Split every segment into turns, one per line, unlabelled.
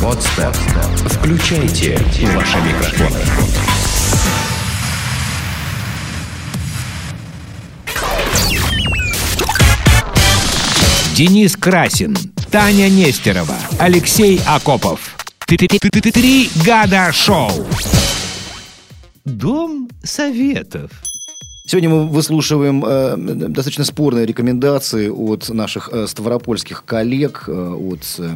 Подстер. Включайте ваши микрофоны.
Денис Красин, Таня Нестерова, Алексей Акопов. Три года шоу. Дом советов.
Сегодня мы выслушиваем э, достаточно спорные рекомендации от наших э, ставропольских коллег, э, от... э,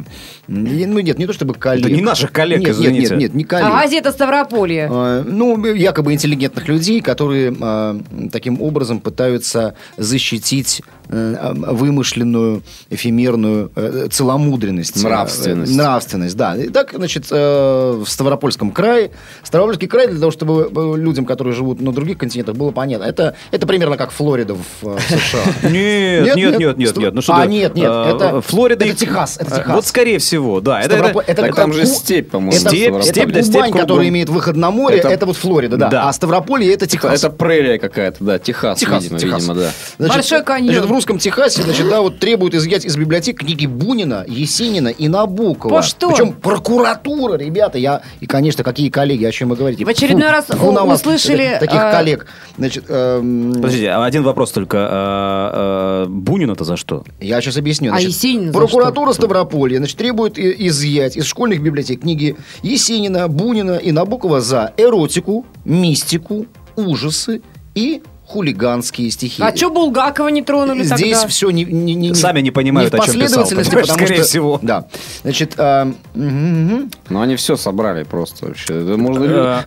ну, нет, не то чтобы коллег.
не наших коллег,
нет, Нет,
извините.
нет, нет, не коллег.
А газета Ставрополье.
Э, ну, якобы интеллигентных людей, которые э, таким образом пытаются защитить э, э, вымышленную, эфемерную э, целомудренность.
Нравственность.
Э, нравственность, да. И так, значит, э, в Ставропольском крае. Ставропольский край, для того, чтобы э, людям, которые живут на других континентах, было понятно. Это, это примерно как Флорида в, э, в США.
Нет, нет, нет, нет, нет, нет. Ну что
А,
ты,
нет, нет,
э,
это-
Флорида.
это
и-
Техас, это
э,
Техас.
Вот скорее всего, да. Это,
Ставрополь-
это-
это
так
как
там же
Ку-
степь, по-моему.
Это,
Степь,
это
степь, да, степь
Кубань,
кругом.
которая имеет выход на море,
Это-
это, вот Флорида, да.
Да.
А Ставрополье это Техас.
Это прерия какая-то, да, Техас,
Техас,
видимо,
Техас.
видимо, да.
Большой каньон.
значит, в русском Техасе, значит, да, вот требуют изъять из библиотек книги Бунина, Есенина и Набокова.
По что?
Причем прокуратура, ребята, я, и, конечно, какие коллеги, о чем вы говорите.
В очередной раз у-
на вас,
услышали,
э, Таких
э,
коллег. Значит, эм,
Подождите, а один вопрос только. а, а, Бунин это за что?
я сейчас объясню.
А Есенин за
прокуратура Ставрополья, значит, требует и- изъять из школьных библиотек книги Есенина, Бунина и Набокова за эротику, мистику, ужасы и хулиганские стихи.
А что Булгакова не тронули
Здесь
тогда?
все не, не- не- не-
Сами не понимают,
не в
о чем писал,
последовательности,
понимаешь,
потому
скорее
что-
всего.
Да. Значит, а, мгм, мгм.
Но Ну, они все собрали просто вообще. Это можно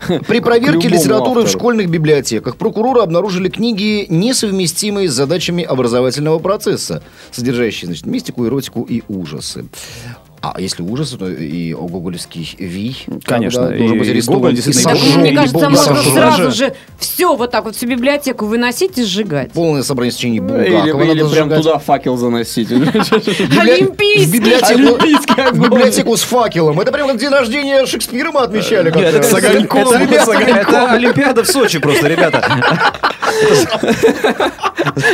Э,
лю-
при
к
проверке
любому
литературы в
автору.
школьных библиотеках прокуроры обнаружили книги, несовместимые с задачами образовательного процесса, содержащие, значит, мистику, эротику и ужасы. А если ужасы, то и о гоголевский Ви.
Конечно,
да, должен
и
быть арестован.
Гоголь действительно
Так,
и сожжём,
мне
и
кажется,
бомбу
можно
сожжём.
сразу
Даже-
же все вот так вот всю библиотеку выносить и сжигать.
Полное собрание сочинений Булгакова.
Или, или
Ну надо
прям
сжигать.
туда факел заносить.
Библи-
Олимпийский!
в библиотеку-
Олимпийский
В
огонь.
библиотеку с факелом. Это прям как день рождения Шекспира мы отмечали. как-то.
Нет, это,
С огоньком.
это- это-
Ребята,
это Олимпиада в Сочи просто, ребята.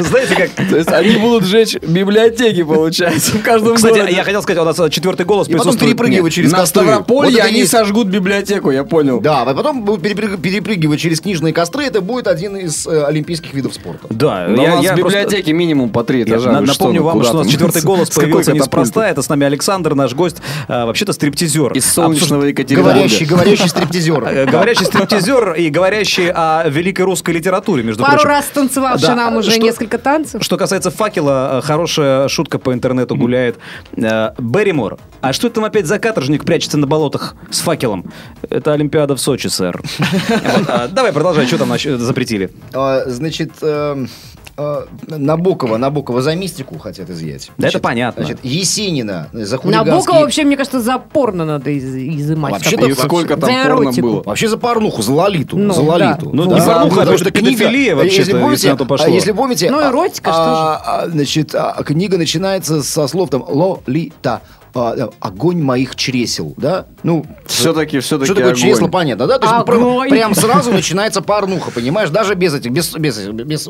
Знаете, как...
То есть они будут сжечь библиотеки, получается, в каждом
Кстати,
городе.
я хотел сказать, у нас э, четвертый голос
И потом
присутствует.
перепрыгивают через
На
костры. Вот
Ставрополье
это
они
есть-
сожгут библиотеку, я понял.
Да, а потом будут перепрыг- перепрыгивать через книжные костры. Это будет один из э, олимпийских видов спорта.
Да,
Но
я-
у нас
я
в
просто-
библиотеке минимум по три
Я
этажа.
на-
Вы что,
напомню
ну,
вам,
куда
что у нас
там?
четвертый голос
С какой
появился
катапульты?
неспроста. Это с нами Александр, наш гость, а, вообще-то стриптизер.
Из солнечного Екатеринбурга.
Говорящий, говорящий стриптизер.
Э, Говорящий стриптизер и говорящий о великой русской литературе, между
Пару
прочим.
раз танцевавши
Да,
нам уже
что-
несколько танцев.
Что касается факела, э, хорошая шутка по интернету гуляет. Э, Берримор. А что это там опять за каторжник прячется на болотах с факелом? Это Олимпиада в Сочи, сэр. Вот, а, Давай продолжай, что там насч- запретили?
А, Значит, эм, э, Набокова, Набокова за мистику хотят изъять.
Да это
Значит,
понятно.
Значит, Есенина за хулиганские...
Набокова вообще, мне кажется, за порно надо из- изымать.
Вообще-то
И
вообще-
сколько
за
там порно
эротику.
было?
Вообще за порнуху, за лолиту.
Ну,
за
да.
лолиту.
Ну,
Да.
не порнуха,
Да,
а
потому что
педофилия
книга-
вообще-то,
если
если
помните,
на то пошло.
а Если помните...
Ну,
а,
эротика,
а,
что же.
а, Значит, а, книга начинается со слов там «лолита», а, да, «огонь моих чресел», да? Ну,
Все-таки, все-таки
что такое чресло, понятно, да? То есть ну, прям-
Огонь.
прям сразу начинается порнуха, понимаешь? Даже без этих, без, без, без,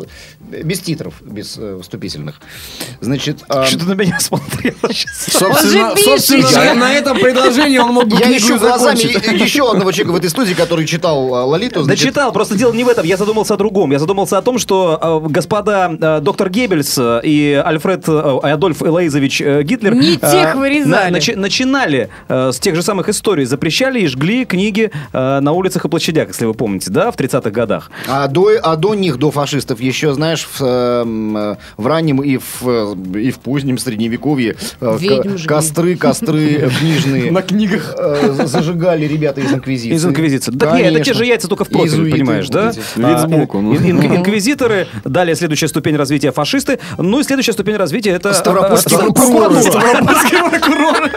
без титров, без э, вступительных. Значит, а,
Что ты на меня смотрел сейчас?
Собственно,
Он же
собственно,
пишет.
на- на этом предложении он мог бы
я
книгу
ищу глазами
закончить.
е- еще одного человека в этой студии, который читал а, «Лолиту».
Да
значит,
читал, просто дело не в этом. Я задумался о другом. Я задумался о том, что э, господа э, доктор Геббельс э, и Альфред э, Адольф Элейзович э, Гитлер...
Не
э,
тех вырезали.
на- начи- начинали э, с тех же самых историй. Запрещали и жгли книги э, на улицах и площадях, если вы помните, да, в 30-х годах.
А до, а до них, до фашистов, еще, знаешь, в, эм, э, в раннем и в, э, и в позднем средневековье э,
Ведьм
ко-
жгли.
костры, костры э, книжные. На книгах. Зажигали ребята из Инквизиции.
Из инквизиции. Да нет, это те же яйца, только в профиль,
Иезуиты,
понимаешь, да?
вот эти.
Вид
А,
сбоку, ну.
ин- ин- Инквизиторы, далее следующая ступень развития фашисты, ну и следующая ступень развития это...
Ставропольские
э, э,
прокуроры.
Ставропольские прокуроры.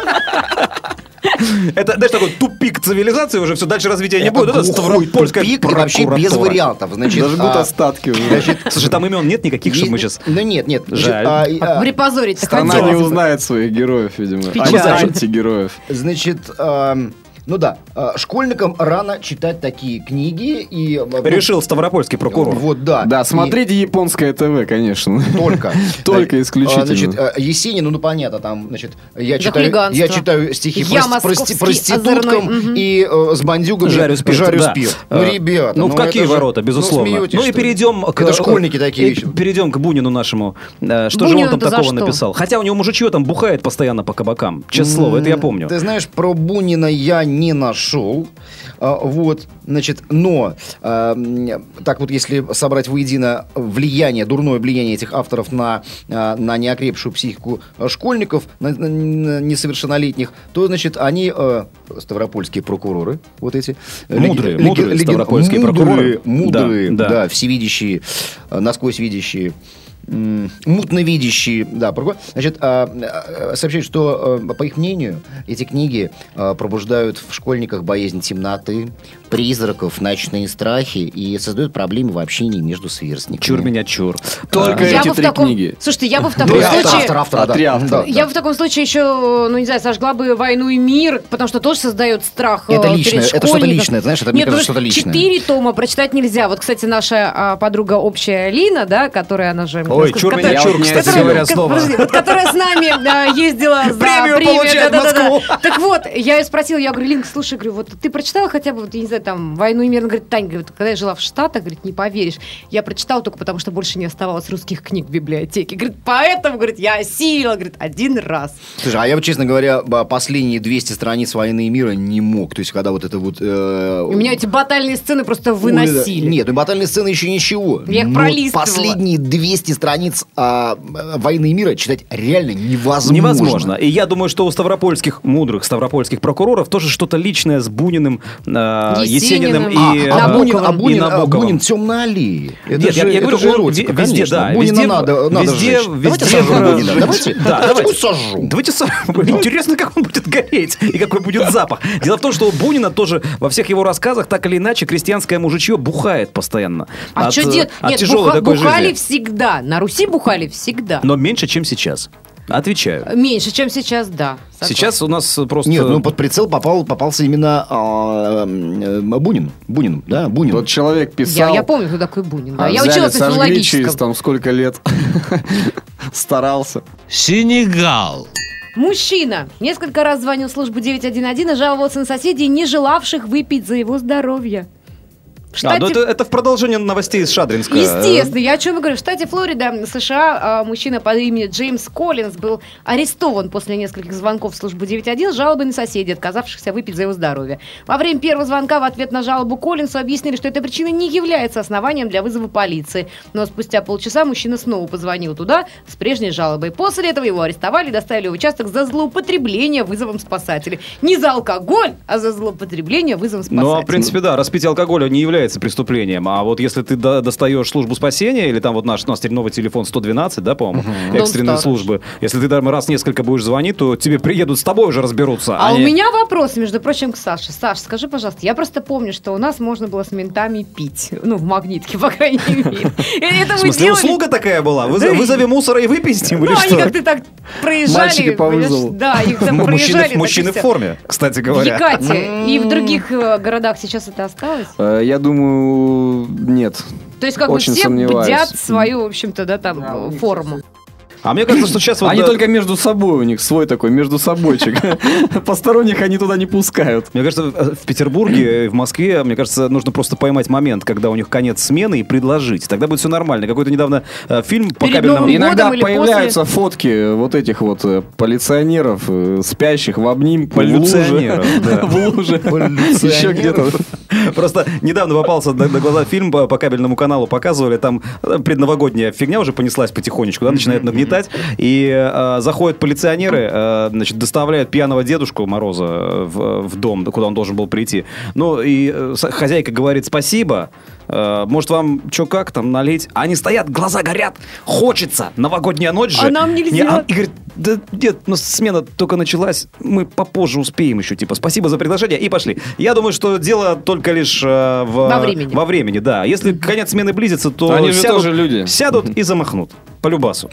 Это, знаешь, такой тупик цивилизации уже, все, дальше развития не
Это
будет. Это
глухой
Ставропольская
тупик, и вообще без
прокуратура.
вариантов. Значит,
Дожгут
а,
остатки уже.
значит,
Слушай, там имен нет никаких, чтобы мы
и-
сейчас...
Ну нет, нет. значит,
Жаль.
а, и, а,
Припозорить-то
Она не
хотелось бы.
узнает своих героев, видимо.
Печаль.
Анти- Антигероев.
Значит, эм, Ну да, а, школьникам рано читать такие книги и... а, ну,
Решил Ставропольский прокурор.
Вот, да.
Да,
И
смотрите японское ТВ, конечно.
Только.
Только
А,
исключительно.
Значит, а, Есенин, ну понятно, там, значит, я
За
читаю, я
хулиганство.
читаю стихи
Я
прости- прости-
московский
проституткам
озорной, мгм.
и э, с бандюгами
Жарю спирт. да.
спирт.
Э,
Ну, ребята,
Ну, в
это
какие
же-
ворота,
ну,
безусловно. Ну,
смеетесь,
и
что ли?
перейдем к... Э,
Это школьники такие
и
вещи.
Перейдем к Бунину нашему. Э, Что же
Бунину
он там
это за
такого
что?
написал? Хотя у него мужичье там бухает постоянно по кабакам. Честное слово, это я помню.
Ты знаешь, про Бунина я не нашел. А, Вот, значит, но а, м, так вот, если собрать воедино влияние, дурное влияние этих авторов на, а, на неокрепшую психику а, школьников, на, на- на несовершеннолетних, то, значит, они, э, ставропольские прокуроры, вот эти. э,
Мудрые, мудрые ставропольские
мудрые,
прокуроры.
Мудрые,
Да,
да,
да.
всевидящие, э, насквозь видящие, м, мутновидящие, да, прокурор. Значит, а, а, сообщают, что, э, по их мнению, эти книги а, пробуждают в школьниках боязнь темноты, призраков, ночные страхи и создают проблемы в общении между сверстниками.
Чур меня чур.
Только
Я
эти
бы в
три
таком...
книги.
Слушайте, я бы в
Ну,
таком
и автор,
случае...
автор, автор,
А,
да.
три автора.
Да,
Я
да.
бы в таком случае еще, ну не знаю, сожгла бы войну и мир, потому что тоже создает страх. э,
Это
перед
личное, это что-то
школьником.
личное, знаешь, это, мне
Нет,
кажется,
потому
что-то личное.
Четыре тома прочитать нельзя. Вот, кстати, наша а, подруга общая Лина, да, которая она же.
Ой,
как-
чур меня,
которая-
чур,
кстати
которая-
говоря,
как-
слово.
подожди, вот которая с нами а, ездила за
Премию получает
да-да-да-да.
Москву.
Так вот, я ее спросила, я говорю, Линка, слушай, говорю, вот ты прочитала хотя бы, вот, я не знаю, там, «Войну и мир», она говорит, Тань, говорит, когда я жила в Штатах, говорит, не поверишь, я прочитала только потому, что больше не оставалось русских книг в библиотеке. Говорит, поэтому, говорит, я осилила, говорит, один раз.
Слушай, а я, вот, честно говоря, б- последние 200 страниц «Войны и мира» не мог. То есть, когда вот это вот... э,
И меня эти батальные сцены просто
Ой,
выносили.
да. Нет, ну батальные сцены еще ничего.
Я их
Но
пролистывала.
Последние 200 страниц а, э, «Войны и мира» читать реально невозможно.
Невозможно. И я думаю, что у ставропольских, мудрых ставропольских прокуроров тоже что-то личное с Буниным, э, Есениным,
Есениным.
и,
И, а,
э,
Бунин, а
и
Бунин, а,
Набоковым.
Бунин «Тем на аллее». Это
Нет,
же,
я, я
это
говорю,
же
он
эротика,
ви- везде,
конечно.
да,
Бунина
везде,
надо, надо
везде,
сжечь. Давайте
везде
сожжем
раз-
Бунина. Давайте,
да,
давайте
давайте.
пусть сожжем.
Давайте сожжем. Блин, Интересно, как он будет гореть и какой будет запах. Дело в том, что у Бунина тоже во всех его рассказах так или иначе крестьянское мужичье бухает постоянно.
А
От,
что
э,
дед?
От
Нет,
тяжелой
буха-
такой
бухали
жизни.
всегда. На Руси бухали всегда.
Но меньше, чем сейчас. Отвечаю.
Меньше, чем сейчас, да. Согласна.
Сейчас у нас э, просто...
Нет, ну под прицел попал, попался именно а, э, Бунин. Бунин, да, Бунин.
Тот человек
Я,
писал.
я помню, кто такой Бунин. да.
а
Я
взяли,
училась на
сожгли
филологическом.
через там сколько лет. Старался.
Сенегал.
Мужчина несколько раз звонил в службу 911 и жаловался на соседей, не желавших выпить за его здоровье. В
А,
штате-
ну это, это в продолжение новостей из Шадринска.
Естественно, я о чем и говорю. В штате Флорида, США, а, мужчина по имени Джеймс Коллинз был арестован после нескольких звонков в службу 911 с жалобой на соседей, отказавшихся выпить за его здоровье. Во время первого звонка в ответ на жалобу Коллинсу объяснили, что эта причина не является основанием для вызова полиции. Но спустя полчаса мужчина снова позвонил туда с прежней жалобой. После этого его арестовали и доставили в участок за злоупотребление вызовом спасателей. Не за алкоголь, а за злоупотребление вызовом спасателей.
Ну, а, в принципе, да, распитие алкоголя не является преступлением. А вот если ты до- достаешь службу спасения, или там вот наш, у нас теперь новый телефон 112, да, по-моему, экстренные
Don't start.
службы, если ты там раз несколько будешь звонить, то тебе приедут, с тобой уже разберутся.
А у
не-
меня вопрос, между прочим, к Саше. Саш, скажи, пожалуйста, я просто помню, что у нас можно было с ментами пить. Ну, в магнитке, по крайней мере. И Это
В
мы
смысле,
делали.
услуга такая была? Вызов-
Да.
Вызови мусора и выпейте,
Ну,
или
они
что?
как-то так проезжали.
Мальчики по
понимаешь?
вызову.
Да, их там
М- Мужчины,
проезжали.
мужчины в
так и всё.
форме, кстати
В
говоря.
Екате
М-м.
и в других э, городах сейчас это осталось?
Э, Я думаю, нет.
То есть как бы
Очень
все
сомневаюсь.
бдят свою, в общем-то, да, там, э, форму.
А мне кажется, что сейчас вот...
Они
да,
только между собой, у них свой такой между собойчик. Посторонних они туда не пускают.
Мне кажется, в- в Петербурге, и в Москве, мне кажется, нужно просто поймать момент, когда у них конец смены, и предложить. Тогда будет все нормально. Какой-то недавно э, фильм по
Перед
кабельному...
Новым
Иногда
годом или
появляются фотки вот этих вот э, полиционеров, э, спящих в обнимку, в луже.
Полюционеров, да.
В луже. Еще где-то.
Просто недавно попался на, на глаза фильм по, по кабельному каналу, показывали, там э, предновогодняя фигня уже понеслась потихонечку, да, начинает нагнетать, и э, заходят полиционеры, э, значит, доставляют пьяного дедушку Мороза э, в, в дом, куда он должен был прийти. Ну, и э, с- хозяйка говорит спасибо, э, может, вам что как там налить? А Они стоят, глаза горят, хочется, новогодняя ночь же.
А нам нельзя.
Не, а- и говорит, да нет, но смена только началась, мы попозже успеем еще, типа, спасибо за приглашение, и пошли. Я думаю, что дело только лишь э, в,
Во времени.
Во времени, да. Если конец смены близится, то
Они же
сядут,
тоже люди.
сядут и замахнут. По любасу.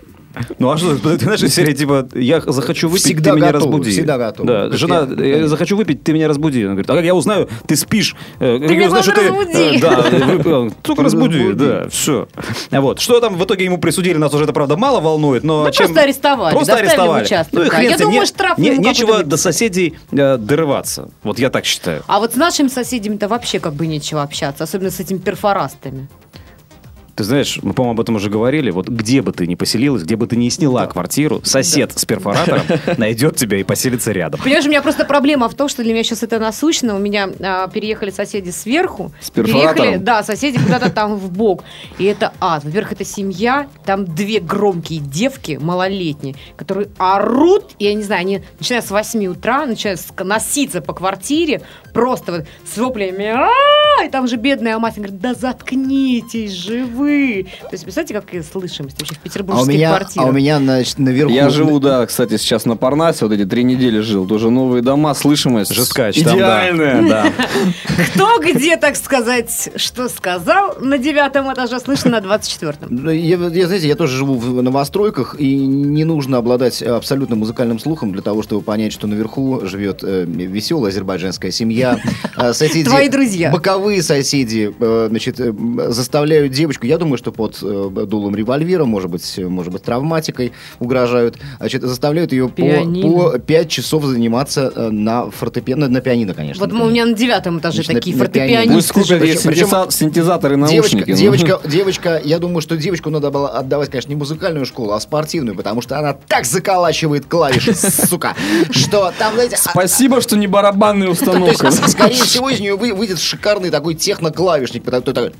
Ну а что, ты знаешь, из серии типа, я захочу выпить,
Всегда
ты меня
готовы,
разбуди.
всегда готовы.
Да,
Как
жена,
я.
я захочу выпить, ты меня разбуди. Она говорит, а как я узнаю, ты спишь. Э, Ты
меня главное, разбуди.
Да, вы- э, только разбуди,
Разбуди.
да, все. Вот, что там в итоге ему присудили, нас уже это, правда, мало волнует, но...
Ну,
чем-
просто арестовали,
Просто
доставили
арестовали.
участок,
Ну и
да.
хрен
Я
с ним,
думаю,
не-
штраф
не-
ему какой-то
Нечего
выписали.
до соседей э, дорываться. Вот я так считаю.
А вот с нашими соседями то вообще как бы нечего общаться, особенно с этими перфорастами.
Ты знаешь, мы, по-моему, об этом уже говорили. Вот где бы ты ни поселилась, где бы ты ни сняла квартиру, сосед с перфоратором найдет тебя и поселится рядом.
Понимаешь, у меня просто проблема в том, что для меня сейчас это насущно. У меня а, переехали соседи сверху.
С перфоратором?
Переехали, да, соседи куда-то там в бок. И это ад. Во-первых, это семья. Там две громкие девки, малолетние, которые орут. Я не знаю, они начинают с 8 утра, начинают ск- носиться по квартире. Просто вот с воплями. «А-а-а!» И там же бедная мать она говорит, да заткнитесь же вы. То есть, представляете, какая слышимость вообще в
А у
петербургских
меня,
квартирах.
а у меня значит, наверху...
Я живу, да, кстати, сейчас на Парнасе, вот эти три недели жил. Тоже новые дома, слышимость.
Жесткач там, да.
Идеальная.
Да.
Кто где, так сказать, что сказал на девятом этаже, слышно на двадцать четвертом.
Ну, Я, я, знаете, я тоже живу в новостройках, и не нужно обладать э, абсолютно музыкальным слухом для того, чтобы понять, что наверху живет э, веселая азербайджанская семья. Э, Соседи,
Твои друзья.
Боковые соседи, э, значит, э, м, заставляют девочку, я думаю, что под э, дулом револьвера, может быть, э, может быть, травматикой угрожают, значит, заставляют ее
Пианино.
по, по 5 часов заниматься э, на фортепиано, на пианино, конечно.
Вот мы, у меня на девятом этаже
Значит, на-
такие
на пианино.
Пусть
фортепианисты.
купят
Причем-
ей
причем-
синтеза- синтезаторы и
Девочка,
наушники. ну.
девочка, девочка, я думаю, что девочку надо было отдавать, конечно, не музыкальную школу, а спортивную, потому что она так заколачивает клавиши, сука, что там, знаете, а-
Спасибо, что не барабанная
то есть,
установка.
скорее всего, из нее вы- выйдет шикарный такой техноклавишник, потому что такой...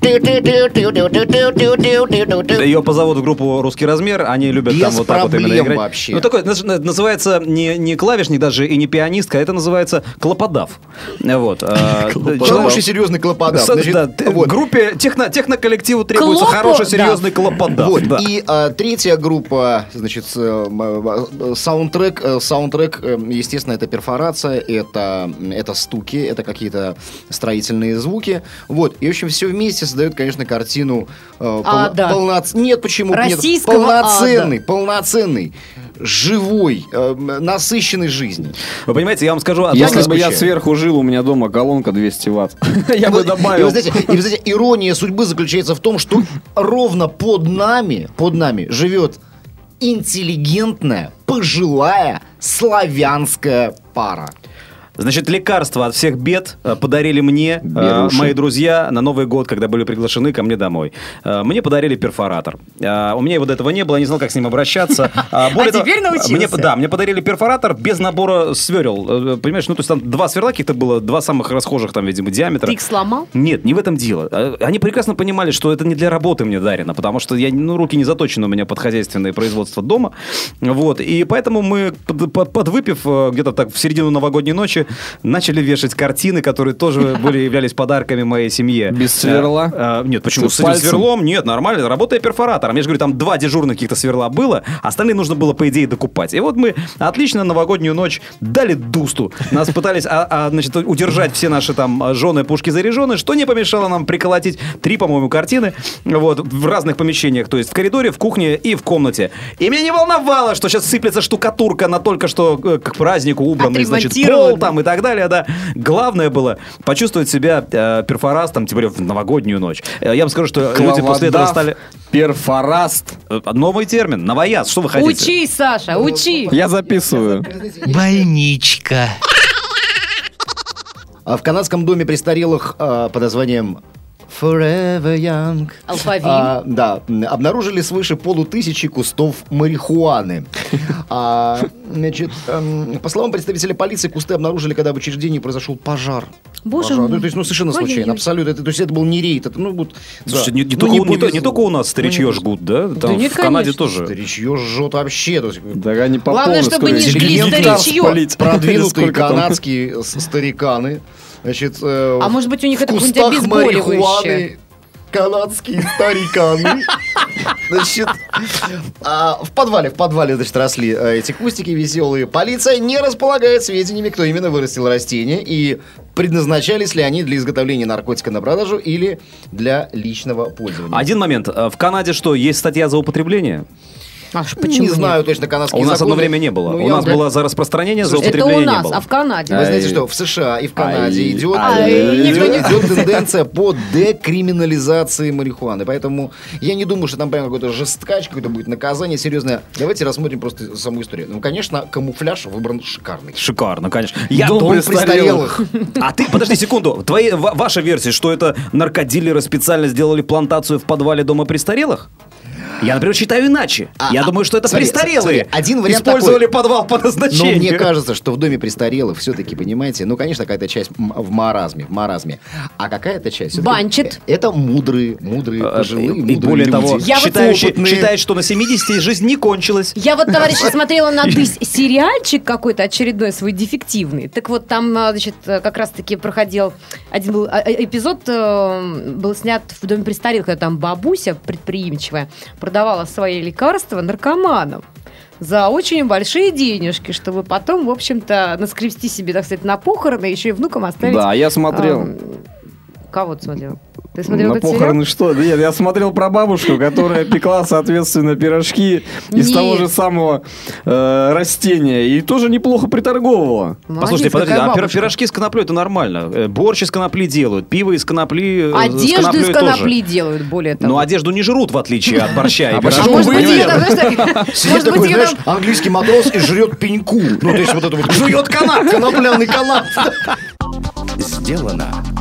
Ее позовут в группу «Русский размер», они любят там
Без
вот так вот именно
проблем
играть.
вообще.
Ну, такой, знаешь, на- называется не, не клавишник даже и не пианистка, а это называется клоподав. Вот. а,
Потому
человек-
что серьезный клоподав.
Со-
Значит,
да, ты-
вот.
Группе, техно, техноколлективу требуется
Клоподав.
хороший, серьезный клоподав.
Вот,
да.
и а, третья группа, значит, с, э, м, э, саундтрек, э, саундтрек, э, естественно, это перфорация, это, м, это стуки, это какие-то строительные звуки, вот, и, в общем, все вместе создает, конечно, картину э, полно-
Ада.
полноц- Нет, почему? нет.
Российского
полноценный, полноценный, живой, э, м, насыщенный жизнью.
Вы понимаете, я вам скажу одно.
Если
не
А бы я
скучаю.
сверху жил, у меня дома колонка 200 ватт. Я бы
Вот, И,
добавил.
вы знаете, и вы знаете, ирония судьбы заключается в том, что ровно под нами, под нами живет интеллигентная, пожилая славянская пара.
Значит, лекарства от всех бед э, подарили мне э,
Беруши.
мои друзья на Новый год, когда были приглашены ко мне домой. Э, Мне подарили перфоратор. Э, У меня его до этого не было, я не знал, как с ним обращаться. А
А теперь научился.
Мне, да, мне подарили перфоратор без набора сверел. Э, Понимаешь, ну то есть там два сверла каких-то было, два самых расхожих там, видимо, диаметра.
Ты их сломал?
Нет, не в этом дело. Э, Они прекрасно понимали, что это не для работы мне дарено, потому что я, ну, руки не заточены у меня под хозяйственное производство дома. Вот, и поэтому мы, под- под- подвыпив э, где-то так в середину новогодней ночи, начали вешать картины, которые тоже были, являлись подарками моей семье.
Без сверла?
Э, э, Нет, почему?
С
С этим
пальцем?
сверлом? Нет, нормально, работая перфоратором. Я же говорю, там два дежурных каких-то сверла было, а остальные нужно было, по идее, докупать. И вот мы отлично новогоднюю ночь дали дусту. Нас пытались, а, а, значит, удержать все наши там а, жены, пушки заряжены, что не помешало нам приколотить три, по-моему, картины вот, в разных помещениях, то есть в коридоре, в кухне и в комнате. И меня не волновало, что сейчас сыплется штукатурка на только что э, к празднику убранный, значит, пол
Отремонтированный.
там и так далее, да. Главное было почувствовать себя э, перфорастом, тем более в новогоднюю ночь. Э, я вам скажу, что люди после этого
Клаводав,
стали...
Перфораст.
Э, Новый термин, новояз, что вы хотите?
Учи, Саша, учи.
Я записываю.
Больничка.
А В канадском доме престарелых а, под названием Forever Young
Алфавит.
а, да, м, обнаружили свыше полутысячи кустов марихуаны. А, значит, эм, по словам представителя полиции, кусты обнаружили, когда в учреждении произошел пожар.
Боже
Пожар.
мой.
Ну, то есть, ну, совершенно случайно,
Ой-ой-ой.
абсолютно. Это, то есть, это был не рейд, это, ну, вот...
Слушайте,
да.
не, не
Ну,
только, у- не то- не
повезло.
только у нас старичье
Ну, не
жгут, да? Там
нет,
в Канаде
конечно.
тоже.
Старичье жжет вообще. то есть,
Да они по
Главное,
полной
чтобы
скорости.
не жгли
Или гектар
старичье.
спалить. Или
Продвинутые
сколько там.
канадские с- стариканы. Значит, э,
А
в-
может быть, у них
в
это какое-нибудь
кустах
обезболивающее?
марихуаны канадские стариканы. Значит, а, в подвале, в подвале, значит, росли э, эти кустики веселые. Полиция не располагает сведениями, кто именно вырастил растения и предназначались ли они для изготовления наркотика на продажу или для личного пользования.
А Один момент. Э, В Канаде что, есть статья за употребление?
А ж почему
Не
нет?
знаю точно канадские
А у нас
законы.
одно время не было.
Ну,
у
я
нас
вам
было за распространение, за
Это
употребление
у
не
нас,
было.
а в Канаде.
Вы знаете, что в США и в Канаде
Ай,
идет,
ай,
э,
никто не-
идет, идет тенденция по декриминализации марихуаны. Поэтому я не думаю, что там прям какой-то жесткач, какое-то будет наказание серьезное. Давайте рассмотрим просто саму историю. Ну, конечно, камуфляж выбран шикарный.
Шикарно, конечно.
Дом
престарелых.
престарелых.
А ты, подожди секунду, твои, ва- ваша версия, что это наркодилеры специально сделали плантацию в подвале дома престарелых? Я, например, считаю иначе.
А,
Я
а,
думаю, что это
смотри,
престарелые.
смотри, один вариант
Использовали
такой.
подвал по
Но
назначению.
мне кажется, что в доме престарелых все-таки, понимаете, ну, конечно, какая-то часть м- в маразме, в маразме. А какая-то часть... всё-таки э,
Банчит.
Это мудрые, мудрые,
Э,
пожилые,
и-
мудрые
И более
люди.
того,
Я вот
считающие-
опытные.
считают, что на 70 жизнь не кончилась.
Я вот, товарищи, смотрела на ты сериальчик какой-то очередной свой дефективный. Так вот, там, а, значит, э, как раз-таки проходил один был а, э, эпизод, э, был снят в доме престарелых, когда там бабуся предприимчивая продавала свои лекарства наркоманам за очень большие денежки, чтобы потом, в общем-то, наскрести себе, так сказать, на похороны, еще и внукам оставить.
Да, я смотрел.
ам, Кого ты смотрел? Ты смотрел
На
этот сериал?
похороны что? Да Нет, я смотрел про бабушку, которая пекла, соответственно, пирожки из
Нет.
того же самого э, растения. И тоже неплохо приторговывала.
Ну,
Молодец,
Послушайте, подожди,
какая
а пир-
бабушка.
пирожки с коноплей это нормально. Э, Борщ из конопли делают, пиво из конопли э, с
Одежду из
коноплей тоже. Ну,
конопли делают, более того.
Но одежду не жрут, в отличие от борща и
А
пирожков.
А
почему
может
бы
быть,
и
ее
нет?
там, знаешь,
Сидит
может
такой,
быть, ее
знаешь,
там...
английский матрос и жрет пеньку. Ну, то есть вот это вот... Жует канат! Конопляный канат!
Сделано